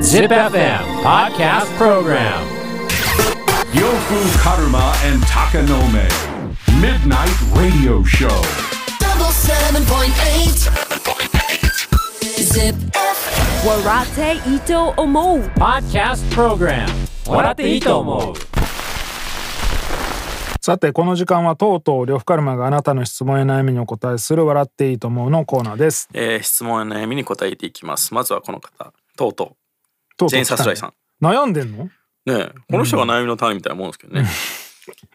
Zip FM Podcast Program Yofu Karuma and Takanome. Midnight Radio Show. double seven point eight. Zip. Warate Ito Omo. Podcast Program 笑っていいと思うさてこの時間はとうとう呂布カルマがあなたの質問や悩みにお答えする「笑っていいと思う」のコーナーです。えー質問や悩みに答えていきます。まずはこの方、とうととうとうう、ジェーン・サスライさん。悩んでんのねえこの人が悩みの種みたいなもんですけどね。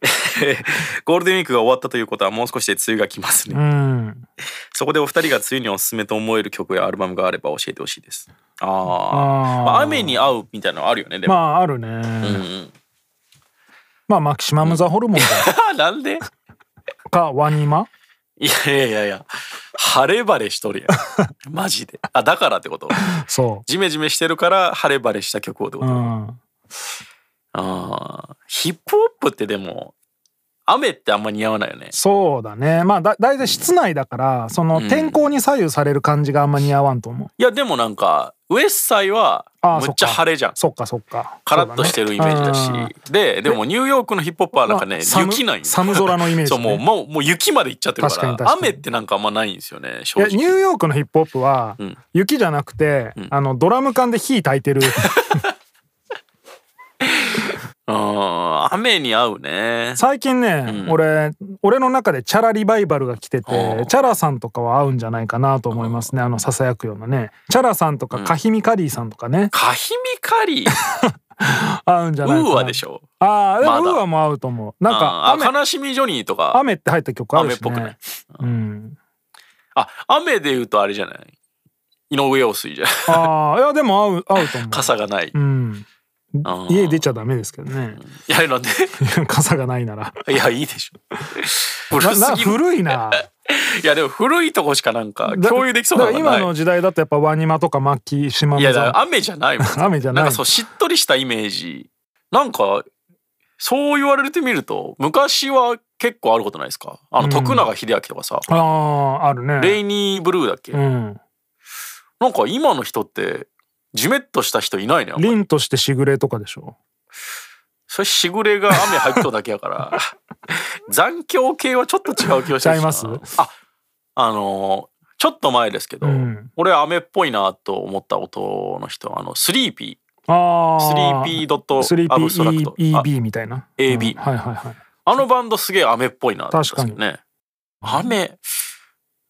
ゴールデンウィークが終わったということはもう少しで梅雨が来ますね。うん。そこでお二人が梅雨におすすめと思える曲やアルバムがあれば教えてほしいです。あああーまあ、雨に合うみたいなのあるよね、でまも。ああるね。うんうん、 まあマキシマム・ザ・ホルモンだなんでかワニ マいやいやいやいや、晴れ晴れしとるや ん。マジで。あ、だからってことそジメジメしてるから晴れ晴れした曲をってう。こうと、ん。ああ、ヒップホップってでも、雨ってあんま似合わないよね。そうだね。まあだ大体室内だからその天候に左右される感じがあんま似合わんと思う。いや、でもなんか、ウエッサイは、ああむっちゃ晴れじゃん。そっかそっか。カラッとしてるイメージだし。そうねで、でもニューヨークのヒップホップはなんかまねあ、寒雪なんよ。寒空のイメージねそう、もう、もう、もう雪まで行っちゃってるか、確からに確かに雨ってなんかあんまないんですよね、うん正いやニュー直。ヨークのヒップホップはうん雪じゃなくて、んあのドラム缶で火焚いてる。うん、雨に合うね。最近ね、うん俺俺の中でチャラリバイバルが来てあてあチャラさんとかは合うんじゃないかなと思いますねあのささやくようなねチャラさんとかカヒミカリーさんとかね、カヒミカリー、合うんじゃウないかなーアでしょ。ああでもまだウーアも合うと思うなんかあーあ雨悲しみジョニーとか、雨って入った曲あるし、ね、雨っぽくないうん、あ、雨で言うとあれじゃない井上陽水じゃん。ああいやでも合う合うと思う傘がない。うんあー家出ちゃダメですけどねいや、 なんで傘がないならいや、いいでしょ。古ななすぎる。古いないや、でも古いとこしかなんかだ 共有できそうなのだがからない。今の時代だとやっぱワニマとかマキシマムいザやだから雨じゃないもん雨じゃないんかそうしっとりしたイメージなんかそう言われてみると昔は結構あることないですかあのうん徳永英明とかさ、あああるねレイニーブルーだっけ、うんなんか今の人ってジメッとした人いないねあんまり凛としてしぐれとかでしょそれしぐれが雨入っとうだけやから 残響系はちょっと違う気がしてちゃるしないますああのーちょっと前ですけど、うん俺雨っぽいなと思った音の人あのスリーピあースリあーピードットアブストラクト 3PEB あ EB みたいな AB うんはいはいはいあのバンドすげえ雨っぽいなと思ったんですけどね。雨、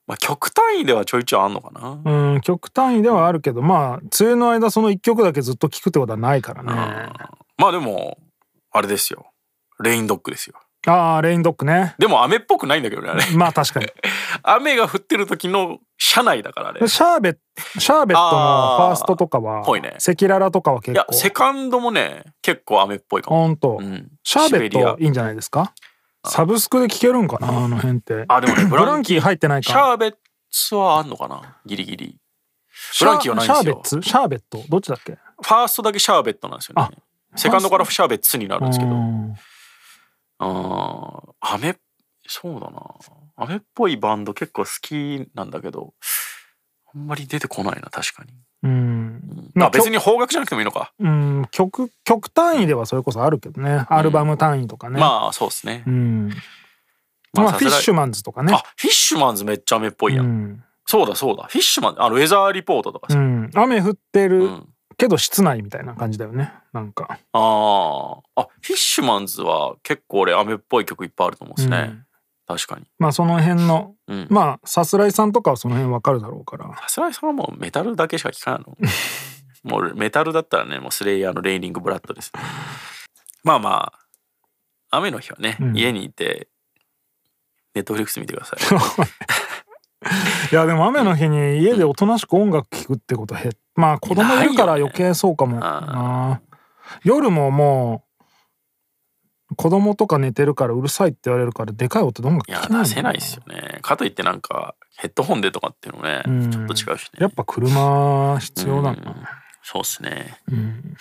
まあ、極端にではちょいちょいあんのかな。うん極端にではあるけどまあ梅雨の間その一曲だけずっと聴くってことはないからねまあでも、あれですよ。レインドッグですよ。ああレインドッグねでも雨っぽくないんだけどね、あれ。まあ確 かに雨が降ってる時の車内だからあれ。いシャーベットシャーベットのあフーァーストとかはぽいね赤裸々とかは結や、構セカンドもね、結構雨っぽいかも。ほんとうんシャーベッシベリアトいいんじゃないですかサブスクで聴けるんかなあの辺ってあ、でもね、ブブラランンキキー入ってないー、シかャーベッツはあんのかなギリギリ。シブャランキーはないんですシャよーベッツシャーベットどっちだっけファーストだけシャーベットなんですよあね。セカンドからシャーベッツになるんですけど。うんああ、雨、そうだな。雨っぽいバンド結構好きなんだけど、あんまり出てこないな、確かに。うんまあきょ別に邦楽じゃなくてもいいのか。うん、曲曲単位ではそれこそあるけどね、アルバム単位とかね、まあそうですねう。んままああ、さすフィがッシュマンズとかねあ、フィッシュマンズめっちゃ雨っぽいやん。うんそうだそうだ。フィッシュマンズ、あの、ウェザーリポートとかうさ。ん、雨降ってうるんけど室内みたいな感じだよねなんか、ああ。あ、フィッシュマンズは結構俺雨っぽい曲いっぱいあると思うんですうね。ん確かに。まあその辺のうん。まあさすらいさんとかはその辺わかるだろうからさすがにさんはもうメタルだけしか聞かない のもうメタルだったらねもうスレイヤーのレイニングブラッドです、まあまあ雨の日はね、うん家にいてネットフリックス見てください いやでも雨の日に家でおとなしく音楽聴くってことへまあ子供いるから余計そうかもな夜ももう子供とか寝てるからうるさいって言われるからでかい音で音楽聴いやけないもん出せないですよねかといってなんかヘッドホンでとかっていうのもね、うんちょっと違うしねやっぱ車必要だうんな。そうですね、うん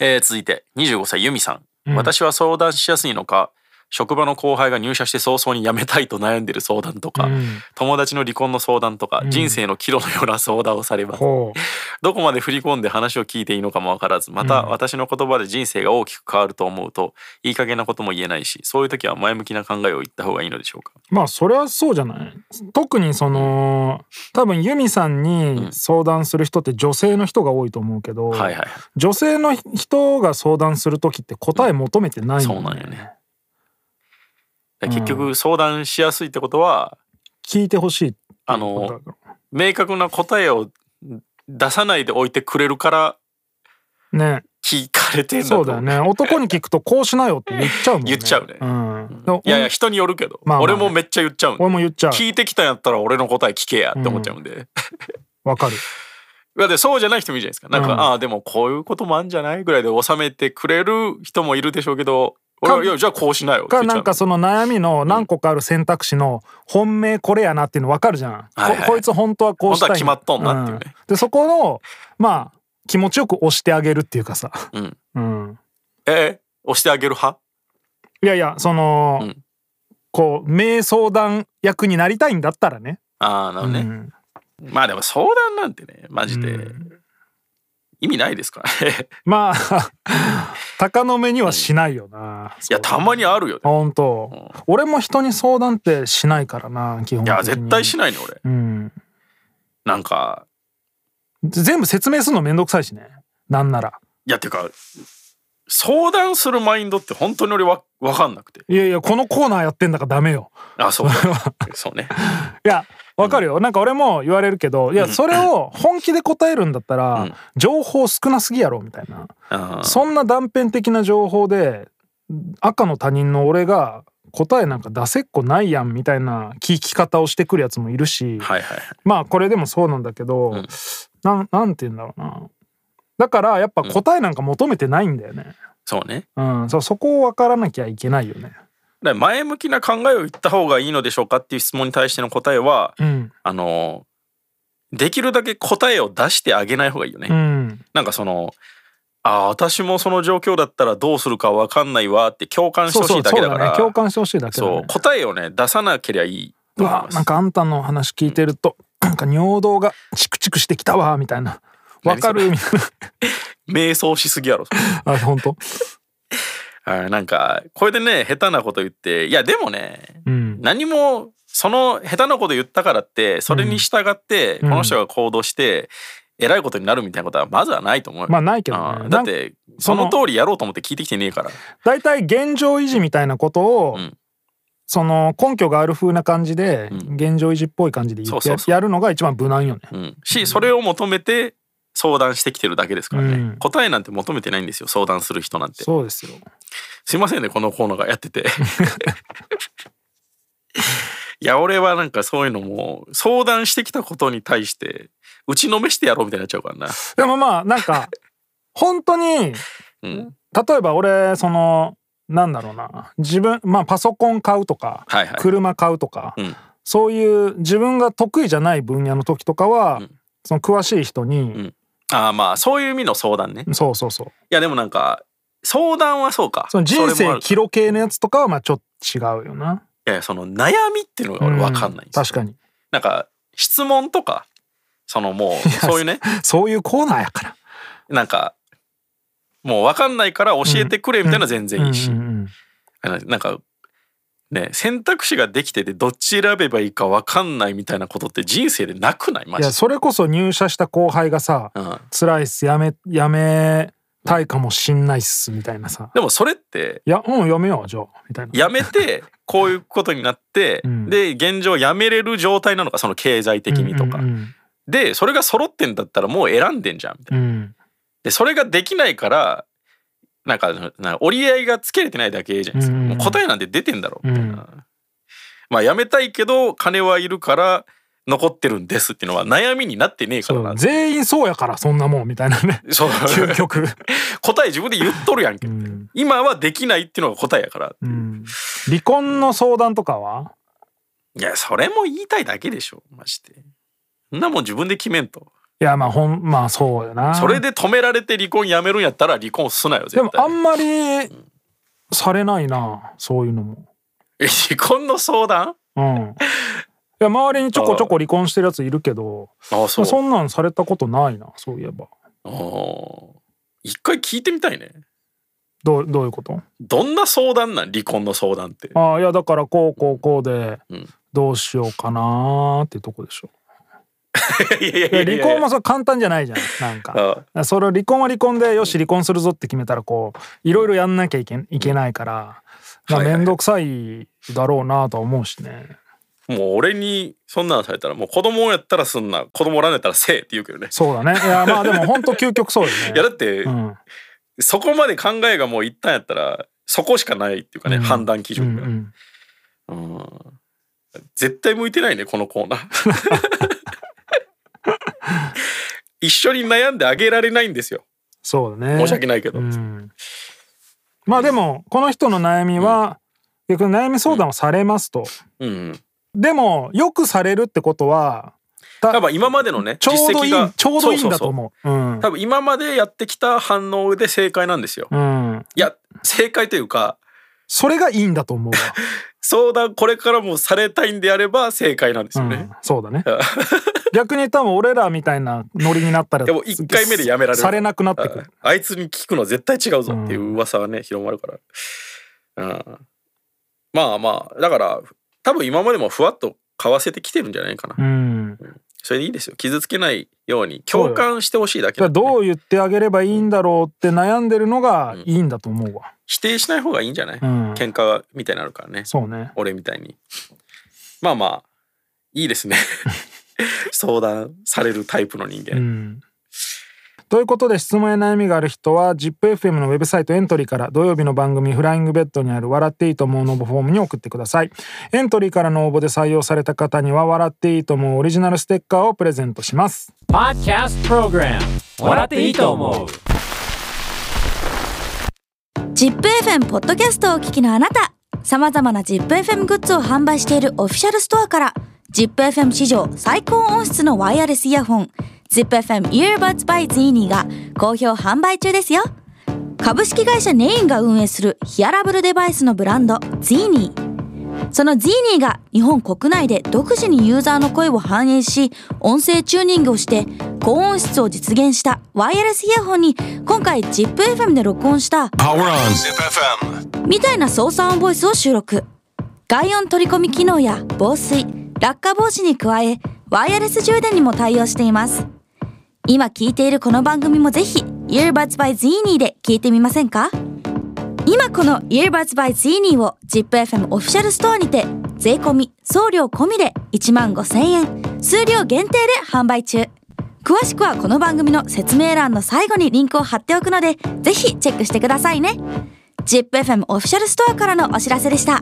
えー続いて25歳ユミさん、うん私は相談しやすいのか職場の後輩が入社して早々に辞めたいと悩んでる相談とか、うん友達の離婚の相談とか、人生の岐路のような相談をされます。ほうどこまで振り込んで話を聞いていいのかもわからずまた私の言葉で人生が大きく変わると思うといい加減なことも言えないしそういう時は前向きな考えを言った方がいいのでしょうかまあそれはそうじゃない特にその多分ユミさんに相談する人って女性の人が多いと思うけど、はいはい女性の人が相談する時って答え求めてないそうなんよねだから結局相談しやすいってことは聞いてほしいっていうあことだのか明確な答えを出さないでおいてくれるかららね聞かれてんだとそうだよね男に聞くとこうしなよって言っちゃうもんね 言っちゃうねん、いやいや人によるけど、まあまあね俺もめっちゃ言っちゃうんで俺も言っちゃう聞いてきたんやったら俺の答え聞けやって思っちゃうんで、わかるだってそうじゃない人もいるじゃないですか。なんか、うんああ、でもこういうこともあるんじゃないぐらいで収めてくれる人もいるでしょうけど、俺は、かいや、じゃあこうしなよ。かって言なっんちゃかうその悩みの何個かある選択肢の本命これやなっていうの分かるじゃん、はいはいここいつ本当はこうしたい本当は決まっとんなっていうねんでそこのまあ気持ちよく押してあげるっていうかさ、うんうんえー押してあげる派いやいやその、うんこう名相談役になりたいんだったらねああ、なるほどうね、んまあでも相談なんてね、マジうでん意味ないですからね。まあ 鷹の目にはしないよな、いや、たまにあるよね。本当、俺も人に相談ってしないからな基本的いにや、絶対しないね、俺。うんなんか、全部説明するのめんどくさいしねなんならいや、てか、相談するマインドって本当に俺わ、わかんなくて。いやいやこのコーナーやってんだからダメよあ、そう か。そうね。いやわかるよ、なんか俺も言われるけどいやそれを本気で答えるんだったら、うん情報少なすぎやろみたいな、あーそんな断片的な情報で赤の他人の俺が答えなんか出せっこないやんみたいな聞き方をしてくるやつもいるし、はいはい。まあこれでもそうなんだけど、んなんなんて言うんだろうなだからやっぱ答えなんか求めてないんだよね、そうね。うん、そうそこを分からなきゃいけないよね。だから前向きな考えを言った方がいいのでしょうかっていう質問に対しての答えは、うん、あのできるだけ答えを出してあげない方がいいよね。うん、なんかそのあー私もその状況だったらどうするかわかんないわって共感してそうそほしいうだけそうだかだねら。共感してほしいだけだ、そねう、答えをね出さなければいいうと思いわます。なんかあんたの話聞いてるとなんか尿道がチクチクしてきたわみたいなわかるみたい瞑想しすぎやろ。それ なあ本当あーなんかこれでね下手なこと言っていやでもねうん何もその下手なこと言ったからってそれに従ってこうんの人が行動してえらいことになるみたいなことはまずはないと思うよ。まあないけどあねーだなっんかてそそのの通りやろうと思って聞いてきてねえから大体現状維持みたいなことを、うんその根拠がある風な感じで、うん現状維持っぽい感じで言ってそうそうそうやるのが一番無難よねうんしそれを求めて相談してきてるだけですからね、うん答えなんて求めてないんですよ相談する人なんてそうですよすいませんねこのコーナーがやって ていや俺はなんかそういうのも相談してきたことに対して打ちのめしてやろうみたいになっちゃうからなでもまあなんか 本当にうん例えば俺そのなんだろうな自分まあパソコン買うとか、はいはい車買うとか、うんそういう自分が得意じゃない分野の時とかは、うんその詳しい人に、ああまあそういう意味の相談ねいそうそうそうやでもなんか相談はそうかその人それ生もあるキロ系のやつとかはまあちょっと違うよな。いやその悩みっていうのが俺分かんないんですよ、う確かになんか質問とかそのも うそういうねそういうコーナーやから。なんかもう分かんないから教えてくれみたいなのは全然いいし、うんうんうんあのなんかね選択肢ができててどっち選べばいいか分かんないみたいなことって人生でなくないマいジやで。それこそ入社した後輩がさうん「辛いっすやめやめたいかもしんないっす」みたいなさでもそれって「いやうんやめようじゃあ」みたいな。やめてこういうことになって、うんで現状やめれる状態なのかその経済的にとか、うんうんでそれが揃ってんだったらもう選んでんじゃんみたいなうんうんでそれができないからなんかなんか折り合いがつけれてないだけじゃないですか、うんもう答えなんて出てんだろうみたいな、うまあやめたいけど金はいるから残ってるんですっていうのは悩みになってねえかそらうな全員そうやからそんなもんみたいな ねそう究極、答え自分で言っとるやんけ、うん今はできないっていうのが答えやから、うん、離婚の相談とかはいやそれも言いたいだけでしょマジでそんなもん自分で決めんといやまあほんまあそうよなそれで止められて離婚やめるんやったら離婚すなよ絶で対もあんまりされないなそういうのもえ 離婚の相談 うんいや周りにちょこちょこ離婚してるやついるけどあそあそうそんなんされたことないなそういえばあー一回聞いてみたいねどうどういうことどんな相談なん離婚の相談ってああいやだからこうこうこうでうんどうしようかなーってとこでしょ いやいやいや離婚もそう簡単じゃないじゃんなん かあそれを離婚は離婚でよし離婚するぞって決めたらこういろいろやんなきゃいけいけないからまあはいはい面倒くさいだろうなとは思うしねもう俺にそんなのされたらもう子供やったらすんな子供おらんやったらせえって言うけどねそうだねいやまあでも本当究極そうよねい やだって、うんそこまで考えがもう一旦やったらそこしかないっていうかね、うん判断基うんう準が、んうん絶対向いてないねこのコー ナー一緒に悩んであげられないんですよそうだね申し訳ないけど、うんまあでもこの人の悩みは逆に悩み相談をされますとうん、でもよくされるってことは多分今までのねちょうどい実績いがちょうどいいんだとう思ううん多分今までやってきた反応で正解なんですよ、うんいや正解というかそれがいいんだと思うわ相談これからもされたいんであれば正解なんですようねん、そうだね 逆に多分俺らみたいなノリになったらでも一回目でやめられるされなくなってくあるあいつに聞くの絶対違うぞっていう噂がね、広まるから、うん、まあまあだから多分今までもふわっと買わせてきてるんじゃないかな、うんだかそれでいいですよ傷つけないように共感してほしいだけだらね、どう言ってあげればいいんだろうって悩んでるのがいいんだと思うわ否定しない方がいいんじゃない、うん喧嘩みたいになるからねそうね俺みたいにまあまあいいですね 相談されるタイプの人間、うんということで質問や悩みがある人は ZIPFM のウェブサイトエントリーから土曜日の番組「フライングベッド」にある「笑っていいと思う」の応募フォームに送ってくださいエントリーからの応募で採用された方には「笑っていいと思う」オリジナルステッカーをプレゼントします Podcast Program 笑っていいと思うジップ f m ポッドキャストをお聞きのあなた様々なジップ f m グッズを販売しているオフィシャルストアからジップ f m 史上最高音質のワイヤレスイヤホン ZIPFM Earbuds by Zini が好評販売中ですよ株式会社ネインが運営するヒアラブルデバイスのブランド Zini その Zini が日本国内で独自にユーザーの声を反映し、音声チューニングをして、高音質を実現したワイヤレスイヤホンに、今回 ZIPFM で録音した、みたいな操作音ボイスを収録。外音取り込み機能や防水、落下防止に加え、ワイヤレス充電にも対応しています。今聞いているこの番組もぜひ、Earbuds by Zini で聞いてみませんか今この Earbuds by Zini を ZIPFM オフィシャルストアにて税込み送料込みで1万5000円数量限定で販売中詳しくはこの番組の説明欄の最後にリンクを貼っておくのでぜひチェックしてくださいね ZIPFM オフィシャルストアからのお知らせでした